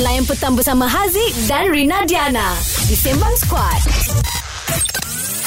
Layan petang bersama Haziq dan Rina Diana di Sembang Squad.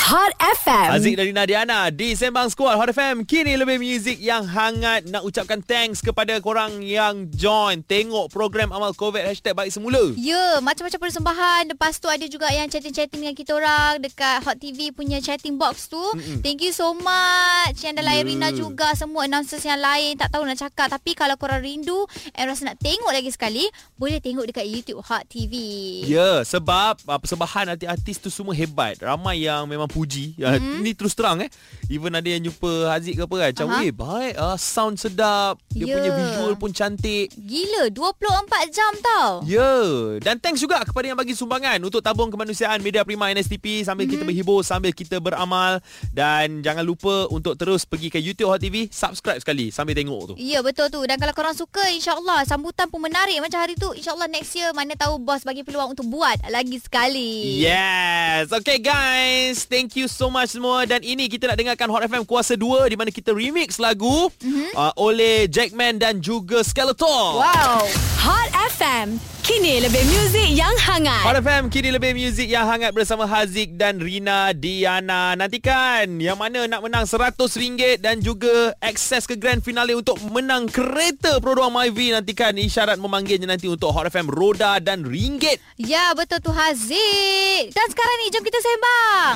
Hot FM. Aziz dan Rina Diana di Sembang Squad Hot FM. Kini lebih muzik yang hangat. Nak ucapkan thanks kepada korang yang join. Tengok program Amal COVID hashtag baik semula. Ya, macam-macam persembahan. Lepas tu ada juga yang chatting-chatting dengan kita orang dekat Hot TV punya chatting box tu. Mm-mm. Thank you so much yang dah Ya. layan yeah. Rina juga, semua announcers yang lain tak tahu nak cakap tapi kalau korang rindu and rasa nak tengok lagi sekali, boleh tengok dekat YouTube Hot TV. Ya, yeah, sebab uh, persembahan artis-artis tu semua hebat. Ramai yang memang puji. Uh, Mhm. mm. Ni terus terang eh. Even ada yang jumpa Haziq ke apa kan. Macam, Aha. eh baik. Uh, sound sedap. Dia Ya. punya visual pun cantik. Gila, 24 jam tau. Ya, yeah. dan thanks juga kepada yang bagi sumbangan untuk tabung kemanusiaan Media Prima NSTP sambil mm-hmm. kita berhibur, sambil kita beramal dan jangan lupa untuk terus pergi ke YouTube Hot TV, subscribe sekali sambil tengok tu. Ya betul tu Dan kalau korang suka InsyaAllah Sambutan pun menarik Macam hari tu InsyaAllah next year Mana tahu bos bagi peluang Untuk buat lagi sekali Ya. Yes. Okay guys, thank you so much semua dan ini kita nak dengarkan Hot FM Kuasa 2 di mana kita remix lagu mm-hmm. uh, oleh Jackman dan juga Skeletor. Wow Hot FM. Kini lebih muzik yang hangat. Hot FM kini lebih muzik yang hangat bersama Haziq dan Rina Diana. Nantikan yang mana nak menang RM100 dan juga akses ke grand finale untuk menang kereta Produang MyV. Nantikan isyarat memanggilnya nanti untuk Hot FM Roda dan Ringgit. Ya betul tu Haziq Dan sekarang ni jom kita sembang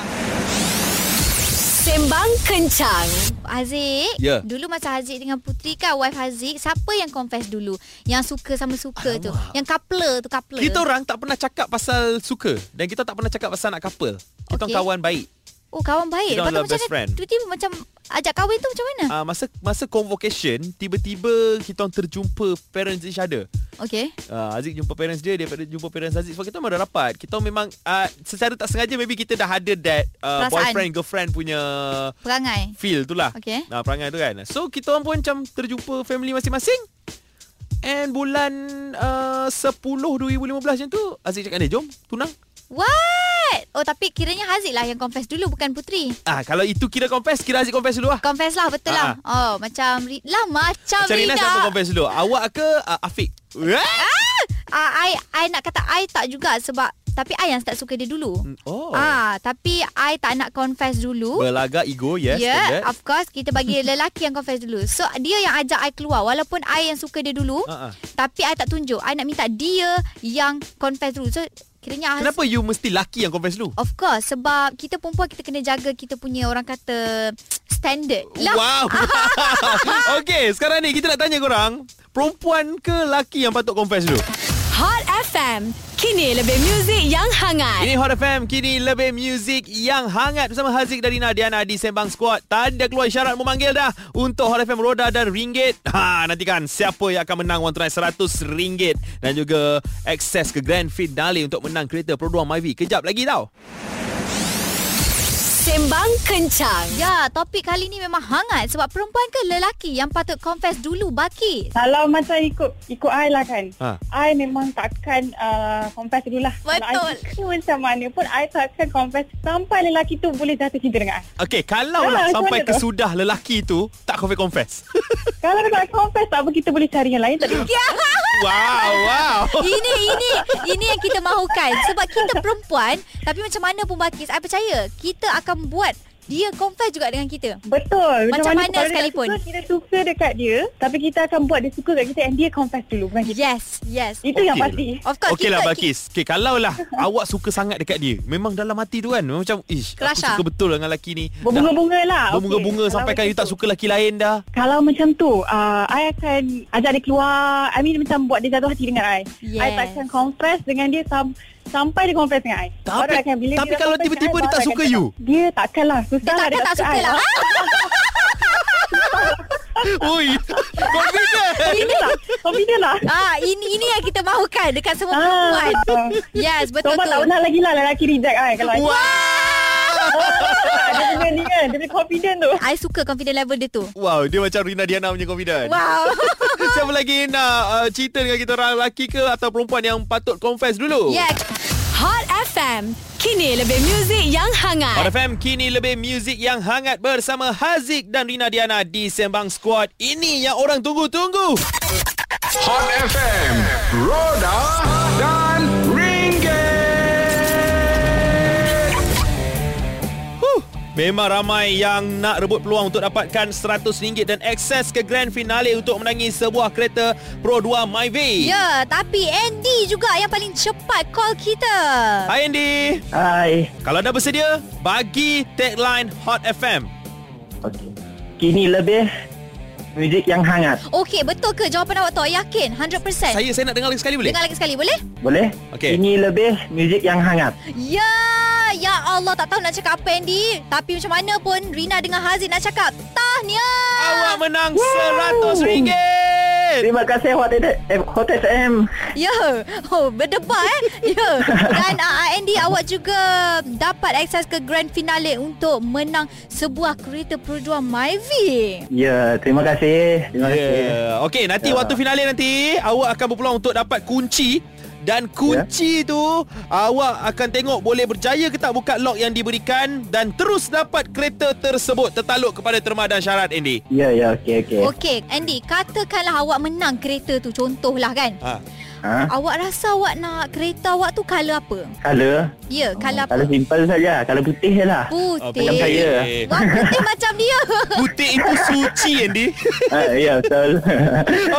Sembang kencang. Haziq Ya. Dulu masa Haziq dengan Putri kan Wife Haziq Siapa yang confess dulu Yang suka sama suka tu Alamak. Yang couple tu couple Kita orang tak pernah cakap pasal suka dan kita tak pernah cakap pasal nak couple. Kita okay. Okey. kawan baik. Oh kawan baik Kita Lepas tu orang macam best friend. mana Tiba-tiba macam Ajak kahwin tu macam mana Uh, masa masa convocation tiba-tiba kita orang terjumpa parents each other. Okay Uh, Aziz jumpa parents dia Daripada jumpa parents Aziz Sebab kita memang dah rapat Kita memang uh, Secara tak sengaja Maybe kita dah ada that uh, Perasaan. Boyfriend girlfriend punya Perangai Feel tu lah Okey. nah, Perangai tu kan So kita orang pun macam Terjumpa family masing-masing And bulan uh, 10 2015 macam tu Aziz cakap dia Jom tunang What Oh tapi kiranya Haziq lah Yang confess dulu Bukan Putri Ah Kalau itu kira confess Kira Aziz confess dulu lah Confess lah betul lah Oh macam Ri- Lah macam Ah. Macam Rina Rina siapa confess dulu Awak ke uh, Afiq Ah! Ah, I, I nak kata I tak juga Sebab Tapi I yang start suka dia dulu Oh Ah, tapi I tak nak confess dulu. Berlagak ego Ya, Yes yeah, standard. of course kita bagi lelaki yang confess dulu. So dia yang ajak I keluar walaupun I yang suka dia dulu, Ah, ah. tapi I tak tunjuk. I nak minta dia yang confess dulu. So kiranya I- Kenapa you mesti laki yang confess dulu Of course sebab kita perempuan kita kena jaga kita punya orang kata standard. Lah, Wow. Okey, sekarang ni kita nak tanya korang, perempuan ke laki yang patut confess dulu? Hot FM. Kini lebih muzik yang hangat. Ini Hot FM, kini lebih muzik yang hangat bersama Haziq dari Diana di Sembang Squad. Tadi dah keluar isyarat memanggil dah untuk Hot FM Roda dan Ringgit. Ha, nantikan siapa yang akan menang wang tunai RM100 dan juga akses ke Grand Finale untuk menang kereta Produang Myvi. Kejap lagi tau. Sembang kencang. ya, topik kali ni memang hangat sebab perempuan ke lelaki yang patut confess dulu baki. Kalau macam ikut ikut I lah kan Ha. ha. I memang takkan uh, confess dulu lah Kalau Betul. I suka macam mana pun I takkan confess Sampai lelaki tu boleh jatuh cinta dengan I Okey, kalau lah Ah, macam sampai mana tu? kesudah lelaki tu tak confess-confess. Kalau dia tak confess tak apa Kita boleh cari yang lain tak ada Ya. wow, wow. Ini ini ini yang kita mahukan sebab kita perempuan tapi macam mana pun Bakis I percaya kita akan buat dia confess juga dengan kita. Betul Macam mana tu, kalau dia tak sekalipun. suka, Kita suka dekat dia Tapi kita akan buat dia suka kat kita And dia confess dulu Bukan kita Yes, yes. Itu yang Okey pasti Of course Okey lah kita, Balkis Okay kalau lah Awak suka sangat dekat dia Memang dalam hati tu kan memang Macam Ish Aku Kelasah. suka betul dengan lelaki ni Dah Berbunga-bunga lah Okey, Berbunga-bunga kalau Sampai kan macam you tak tu. suka lelaki lain dah Kalau macam tu uh, I akan ajak dia keluar I mean macam buat dia jatuh hati dengan I Yes. I takkan confess dengan dia sam- Sampai dia confess dengan I Tapi- Baru akan- bila tapi dah kalau confess dengan tiba-tiba I, dia tak baru akan suka cakap, you? Dia takkan lah Susah Dia lah takkan tak I suka lah. Ui Confident Confident lah Confident lah Ah, ini ini yang kita mahukan dekat semua Ah. perempuan. Yes, betul Sebab tu. tak pernah lagi lah Lelaki reject I Kalau I Wow Dia punya ni kan Dia punya confident tu I suka confident level dia tu. Wow Dia macam Rina Diana punya confident Wow. Siapa lagi nak uh, cerita dengan kita orang Lelaki ke atau perempuan yang patut confess dulu Yeah. Hot FM. Kini lebih muzik yang Hot hangat. FM kini lebih muzik yang hangat bersama Haziq dan Rina Diana di Sembang Squad. Ini yang orang tunggu-tunggu. Hot FM Roda Memang ramai yang nak rebut peluang untuk dapatkan RM100 dan akses ke grand finale untuk menangi sebuah kereta Pro 2 MyVay. Ya, tapi Andy juga yang paling cepat call kita. Hai Andy. Hai. Kalau dah bersedia, bagi tagline Hot FM. Okey. Kini lebih muzik yang hangat. Okey, betul ke jawapan awak tu? Awak Yakin 100%? Saya saya nak dengar lagi sekali boleh? Dengar lagi sekali boleh? Boleh? Okey. Kini lebih muzik yang hangat. Eh. Ya, ya Allah tak tahu nak cakap apa Andy. Tapi macam mana pun Rina dengan Haziq nak cakap tahniah. Awak menang Wow. RM100. Terima kasih eh, Hot FM. Hot FM. Ya, oh berdebat eh. Ya. Dan uh, Andy awak juga dapat akses ke grand finale untuk menang sebuah kereta perjuang Myvi. Ya, terima kasih. Terima Ya. kasih. Yeah. Okey, nanti Ya. waktu finale nanti awak akan berpeluang untuk dapat kunci dan kunci yeah. Ya. tu awak akan tengok boleh berjaya ke tak buka lock yang diberikan dan terus dapat kereta tersebut tertaluk kepada terma dan syarat Andy. Ya, ya, okey, okey. Okey, Andy, katakanlah awak menang kereta tu contohlah kan. Ha. Ha? Awak rasa awak nak kereta awak tu colour apa? Color? Ya, colour Color apa? simple saja. Color putih je lah. Macam Putih. saya. Wah, putih macam dia. Putih itu suci Andy. ha, ya, betul.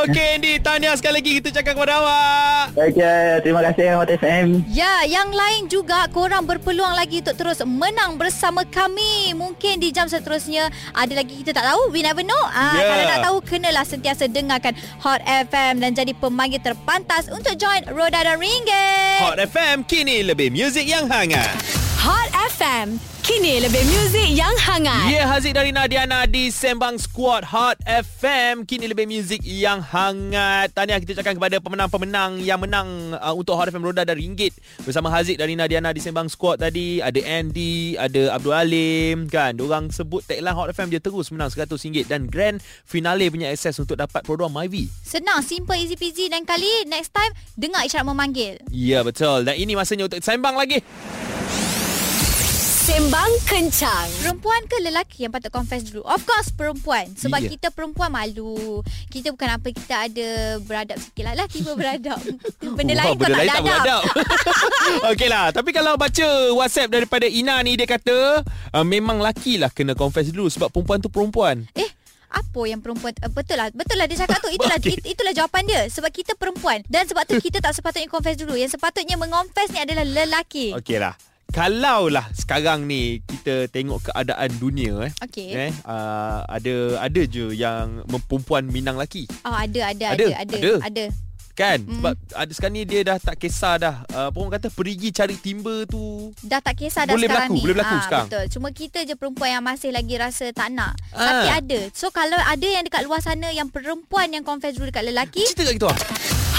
Okey Andy, tahniah sekali lagi kita cakap kepada awak. okey, terima kasih Hot FM. Ya, yang lain juga korang berpeluang lagi untuk terus menang bersama kami. Mungkin di jam seterusnya ada lagi kita tak tahu. We never know. Ah, Ya. yeah. Kalau tak tahu, kenalah sentiasa dengarkan Hot FM dan jadi pemanggil terpantas untuk join Roda dan Ringgit. Hot FM kini lebih muzik yang hangat. Hot FM. Kini lebih muzik yang hangat. Ya, yeah, Haziq dari Nadiana di Sembang Squad Hot FM. Kini lebih muzik yang hangat. Tahniah kita ucapkan kepada pemenang-pemenang yang menang uh, untuk Hot FM Roda dan Ringgit. Bersama Haziq dari Nadiana di Sembang Squad tadi. Ada Andy, ada Abdul Alim. Kan, orang sebut tagline Hot FM dia terus menang RM100. Dan grand finale punya akses untuk dapat program MyV. Senang, simple, easy peasy. Dan kali next time, dengar isyarat memanggil. Ya, yeah, betul. Dan ini masanya untuk sembang lagi. Sembang kencang. Perempuan ke lelaki yang patut confess dulu? Of course perempuan. Sebab Ya. yeah. kita perempuan malu. Kita bukan apa kita ada beradab sikit lah. Lelaki pun beradab. Benda lain kau Oh, benda tak lain ada tak adab. beradab. Okey lah. Tapi kalau baca WhatsApp daripada Ina ni, dia kata, uh, memang laki lah kena confess dulu sebab perempuan tu perempuan. Eh apa yang perempuan uh, betul lah betul lah dia cakap tu itulah Okey. it, itulah jawapan dia sebab kita perempuan dan sebab tu kita tak sepatutnya confess dulu yang sepatutnya mengonfess ni adalah lelaki Okey lah. Kalau lah sekarang ni kita tengok keadaan dunia eh. okey okay. Eh, uh, ada ada je yang mem- perempuan minang laki oh ada Ada, ada ada ada ada. ada, ada. kan Mm. sebab ada sekarang ni dia dah tak kisah dah uh, apa orang kata perigi cari timba tu dah tak kisah dah Boleh sekarang berlaku, ni boleh berlaku Ah, sekarang. betul cuma kita je perempuan yang masih lagi rasa tak nak Ah. tapi ada so kalau ada yang dekat luar sana yang perempuan yang confess dulu dekat lelaki cerita kat kita lah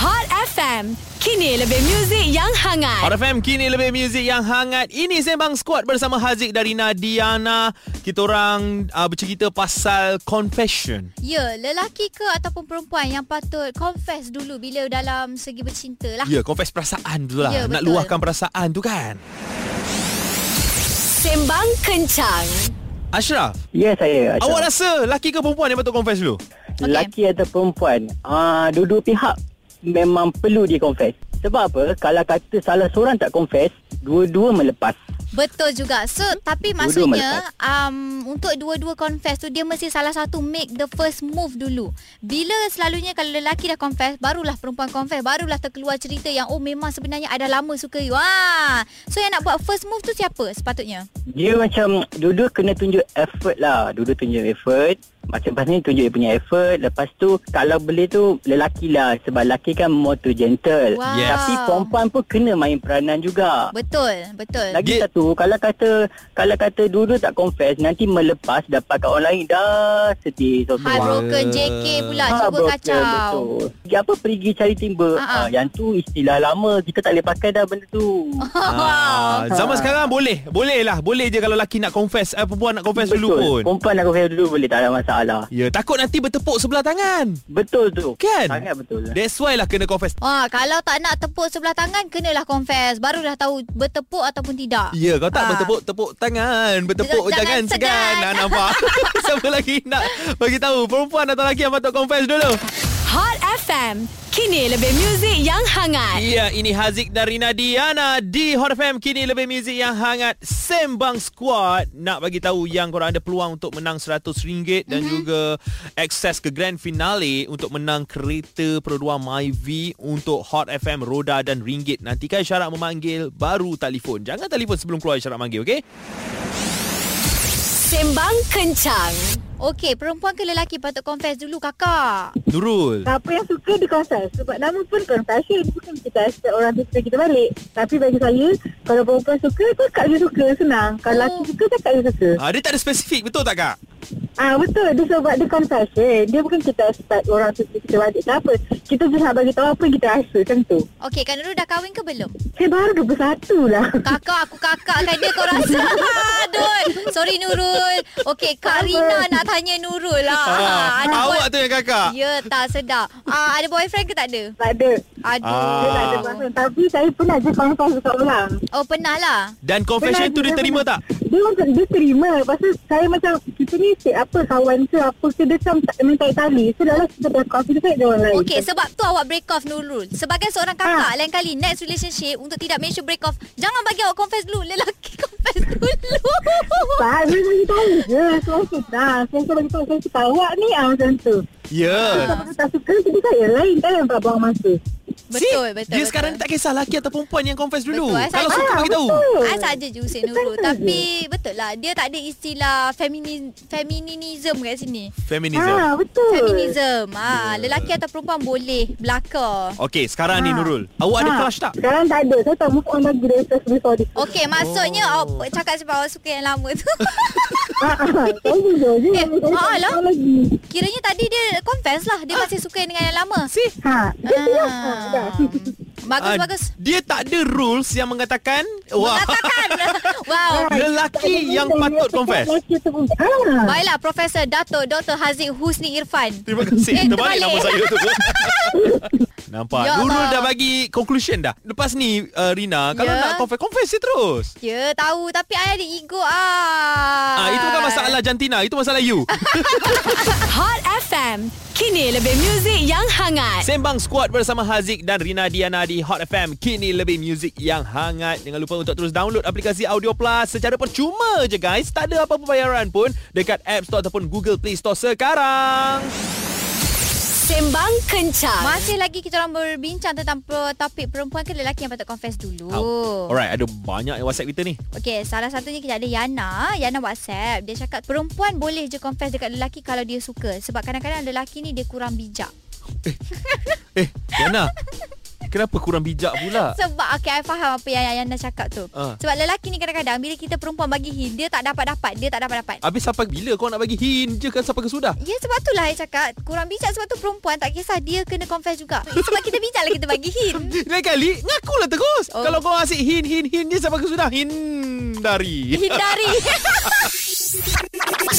Hot FM. Kini lebih muzik yang hangat. Hot FM kini lebih muzik yang hangat. Ini Sembang Squad bersama Haziq dari Nadiana. Kita orang uh, bercerita pasal confession. Ya, lelaki ke ataupun perempuan yang patut confess dulu bila dalam segi bercinta lah. Ya, yeah, confess perasaan tu lah. Ya, Nak betul. luahkan perasaan tu kan. Sembang kencang. Ashraf, Ya, saya. Ashraf. awak rasa laki ke perempuan yang patut confess dulu? Okey. Lelaki atau perempuan ah Dua-dua pihak Memang perlu dia confess Sebab apa Kalau kata salah seorang tak confess Dua-dua melepas Betul juga. So, tapi Hmm? Dua-dua maksudnya um, untuk dua-dua confess tu dia mesti salah satu make the first move dulu. Bila selalunya kalau lelaki dah confess, barulah perempuan confess, barulah terkeluar cerita yang oh memang sebenarnya ada lama suka you. Ah. So yang nak buat first move tu siapa sepatutnya? Dia macam Dua-dua kena tunjuk effort lah Dua-dua tunjuk effort Macam lepas ni tunjuk dia punya effort Lepas tu Kalau boleh tu Lelaki lah Sebab lelaki kan more to gentle Wow. Yes. Tapi perempuan pun kena main peranan juga Betul, betul. Lagi Dia- satu Kalau kata Kalau kata dua-dua tak confess Nanti melepas Dapat kat orang lain Dah sedih so, Heartbroken JK pula Ah, cuba betul, kacau. Betul. Pergi Apa pergi cari timba. Ah, Ha, ah. yang tu istilah lama. Kita tak boleh pakai dah benda tu. Ah, zaman Ah. sekarang boleh. Boleh lah. Boleh je kalau laki nak confess. Eh, perempuan nak confess dulu pun. Perempuan nak confess dulu boleh tak ada masalah. Ya, takut nanti bertepuk sebelah tangan. Betul tu. Kan? Sangat betul. That's why lah kena confess. Wah, Ah, kalau tak nak tepuk sebelah tangan kenalah confess. Barulah tahu bertepuk ataupun tidak. Ya, kau tak Ah. bertepuk-tepuk tangan. Bertepuk jangan, Jangan jangan segan. segan. Nah, nampak? Siapa lagi nak bagi tahu perempuan atau lelaki yang patut confess dulu? Hot FM. Kini lebih muzik yang hangat. Ya, ini Haziq dan Rina Diana di Hot FM. Kini lebih muzik yang hangat. Sembang Squad. Nak bagi tahu yang korang ada peluang untuk menang RM100 dan juga akses ke grand finale untuk menang kereta peruduan MyV untuk Hot FM Roda dan Ringgit. Nantikan syarat memanggil baru telefon. Jangan telefon sebelum keluar syarat manggil, okey? Sembang kencang. Okey, perempuan ke lelaki patut confess dulu kakak. Nurul. Siapa yang suka dia confess Sebab nama pun confession Bukan kita expect orang tu suka kita balik Tapi bagi saya Kalau perempuan suka Cakap dia suka Senang Kalau Oh. lelaki suka Cakap dia suka Ha, dia tak ada spesifik, betul tak Kak? Ah Betul Dia sebab dia confession Dia bukan kita expect Orang tu suka kita balik Tak apa Kita just nak bagi tahu Apa yang kita rasa Macam tu Okey, Kak Nurul dah kahwin ke belum? Saya baru 21 lah Kakak aku kakak kan dia kau rasa Dul Sorry Nurul Okey Kak Rina nak tanya Nurul lah Ha, Ada awak boy- tu yang kakak. Ya tak sedap ah, Ada boyfriend ke tak ada? Tak ada Dia tak ada Ah. Aduh boyfriend. Tapi saya pernah je confess Dekat orang Oh pernah lah Dan confession Pernah tu dia dia terima tak? pernah. Dia macam Dia terima Lepas tu saya macam Kita ni cik apa Kawan ke apa ke Dia macam tak minta tali So dah lah Kita dah confess Dekat dia orang lain Okey sebab tu awak break off Nurul Sebagai seorang Ah. kakak Lain kali next relationship Untuk tidak make sure break off Jangan bagi awak confess dulu Lelaki confess dulu Tak, saya bagi tahu je. Saya suka. Saya suka bagi tahu. Saya suka awak ni ah, macam tu. Ha. Ya. Kalau tak suka, jadi saya lain. kan Tak payah buang masa. Betul See? betul Dia betul. sekarang tak kisah lelaki atau perempuan yang confess dulu. Betul, eh, Kalau saya- suka Ah, bagi tahu. betul. I saja je Hussein Nurul Betul Tapi betul lah Dia tak ada istilah femini, Feminism kat sini Feminism. Ah, betul. Feminism ha, Lelaki atau perempuan boleh Belaka Okey, sekarang ni Ah. Nurul. Awak ada Ah, crush tak? Sekarang tak ada. Saya tak move on lagi dari first before this. Okey, maksudnya Oh. oh. awak cakap sebab awak suka yang lama tu. Ah, ah, saya jujur je. Eh, Saya tak ah, move lah. on lagi. Kiranya tadi dia confess lah. Dia masih suka dengan yang lama. Si. Ha, dia siap. Ah, dah. Ah. Bagus, Ah, bagus. Dia tak ada rules yang mengatakan wah Mengatakan. wow. lelaki yang patut confess. Lelaki tu pun- Ah. Baiklah, Profesor Dato' Dr. Haziq Husni Irfan. Terima kasih. Eh, Terbalik terbalik. nama saya tu. Nampak. Ya Nurul Allah. dah bagi conclusion dah. Lepas ni uh, Rina, kalau Ya. nak confess, confess je terus. Ya, tahu. Tapi I ada ego. Ah. Ah, itu bukan masalah jantina, itu masalah you. Hot FM. Kini lebih muzik yang hangat. Sembang Squad bersama Haziq dan Rina Diana di Hot FM. Kini lebih muzik yang hangat. Jangan lupa untuk terus download aplikasi Audio Plus secara percuma je guys. Tak ada apa-apa bayaran pun dekat App Store ataupun Google Play Store sekarang. Sembang kencang. Masih lagi kita orang berbincang tentang per- topik perempuan ke lelaki yang patut confess dulu. Oh. Alright, ada banyak yang WhatsApp kita ni. Okey, salah satunya kita ada Yana. Yana WhatsApp. Dia cakap perempuan boleh je confess dekat lelaki kalau dia suka. Sebab kadang-kadang lelaki ni dia kurang bijak. Eh, Diana. kenapa kurang bijak pula? Sebab okay, I faham apa yang Yana cakap tu. Ah. Uh. Sebab lelaki ni kadang-kadang bila kita perempuan bagi hint, dia tak dapat-dapat. Dia tak dapat-dapat. Uh. Habis sampai bila kau nak bagi hint je kan sampai ke sudah? Ya sebab tu lah I cakap Kurang bijak sebab tu perempuan Tak kisah dia kena confess juga Sebab kita bijak lah kita bagi hint Lain kali, ngakulah terus. Oh. Oh. Kalau kau asyik hint, hint, hint je sampai ke sudah. Hindari. Hindari